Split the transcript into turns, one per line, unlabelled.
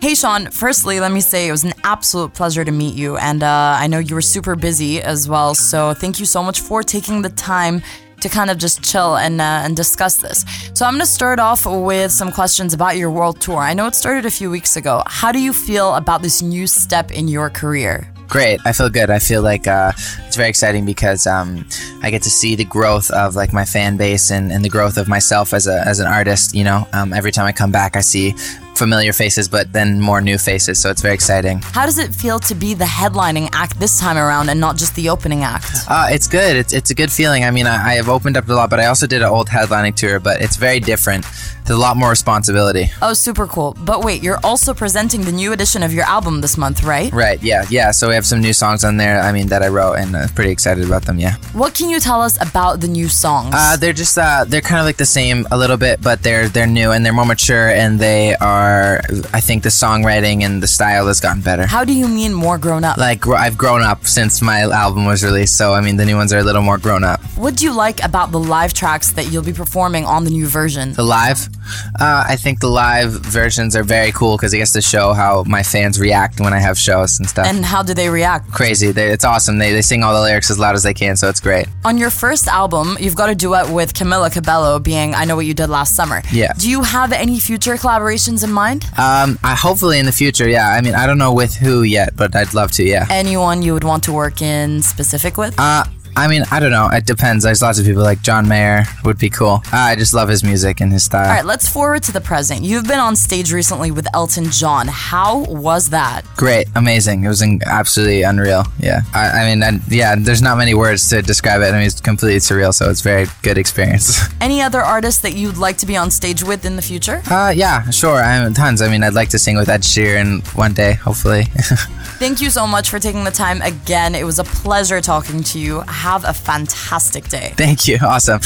Hey, Sean, firstly, let me say it was an absolute pleasure to meet you. And uh, I know you were super busy as well. So thank you so much for taking the time to kind of just chill and, uh, and discuss this. So I'm going to start off with some questions about your world tour. I know it started a few weeks ago. How do you feel about this new step in your career?
great. I feel good. I feel like uh, it's very exciting because um, I get to see the growth of like my fan base and, and the growth of myself as a as an artist. You know, um, every time I come back, I see familiar faces, but then more new faces. So it's very exciting.
How does it feel to be the headlining act this time around and not just the opening act?
Uh, it's good. It's, it's a good feeling. I mean, I, I have opened up a lot, but I also did an old headlining tour, but it's very different. There's a lot more responsibility.
Oh, super cool. But wait, you're also presenting the new edition of your album this month, right?
Right. Yeah. Yeah. So we have some new songs on there. I mean, that I wrote, and uh, pretty excited about them. Yeah.
What can you tell us about the new songs?
Uh, they're just uh, they're kind of like the same a little bit, but they're they're new and they're more mature, and they are. I think the songwriting and the style has gotten better.
How do you mean more grown up?
Like gr- I've grown up since my album was released, so I mean the new ones are a little more grown up.
What do you like about the live tracks that you'll be performing on the new version?
The live, uh, I think the live versions are very cool because it gets to show how my fans react when I have shows and stuff.
And how do they react?
Crazy, they, it's awesome. They they sing all the lyrics as loud as they can, so it's great.
On your first album, you've got a duet with Camila Cabello, being I Know What You Did Last Summer.
Yeah.
Do you have any future collaborations in mind?
Um, I hopefully in the future, yeah. I mean, I don't know with who yet, but I'd love to, yeah.
Anyone you would want to work in specific with?
Uh, I mean, I don't know. It depends. There's lots of people like John Mayer would be cool. Uh, I just love his music and his style.
All right, let's forward to the present. You've been on stage recently with Elton John. How was that?
Great, amazing. It was in, absolutely unreal. Yeah. I, I mean, I, yeah, there's not many words to describe it. I mean, it's completely surreal, so it's a very good experience.
Any other artists that you'd like to be on stage with in the future?
Uh, yeah, sure. I mean, tons. I mean, I'd like to sing with Ed Sheeran one day, hopefully.
Thank you so much for taking the time again. It was a pleasure talking to you. Have a fantastic day.
Thank you. Awesome.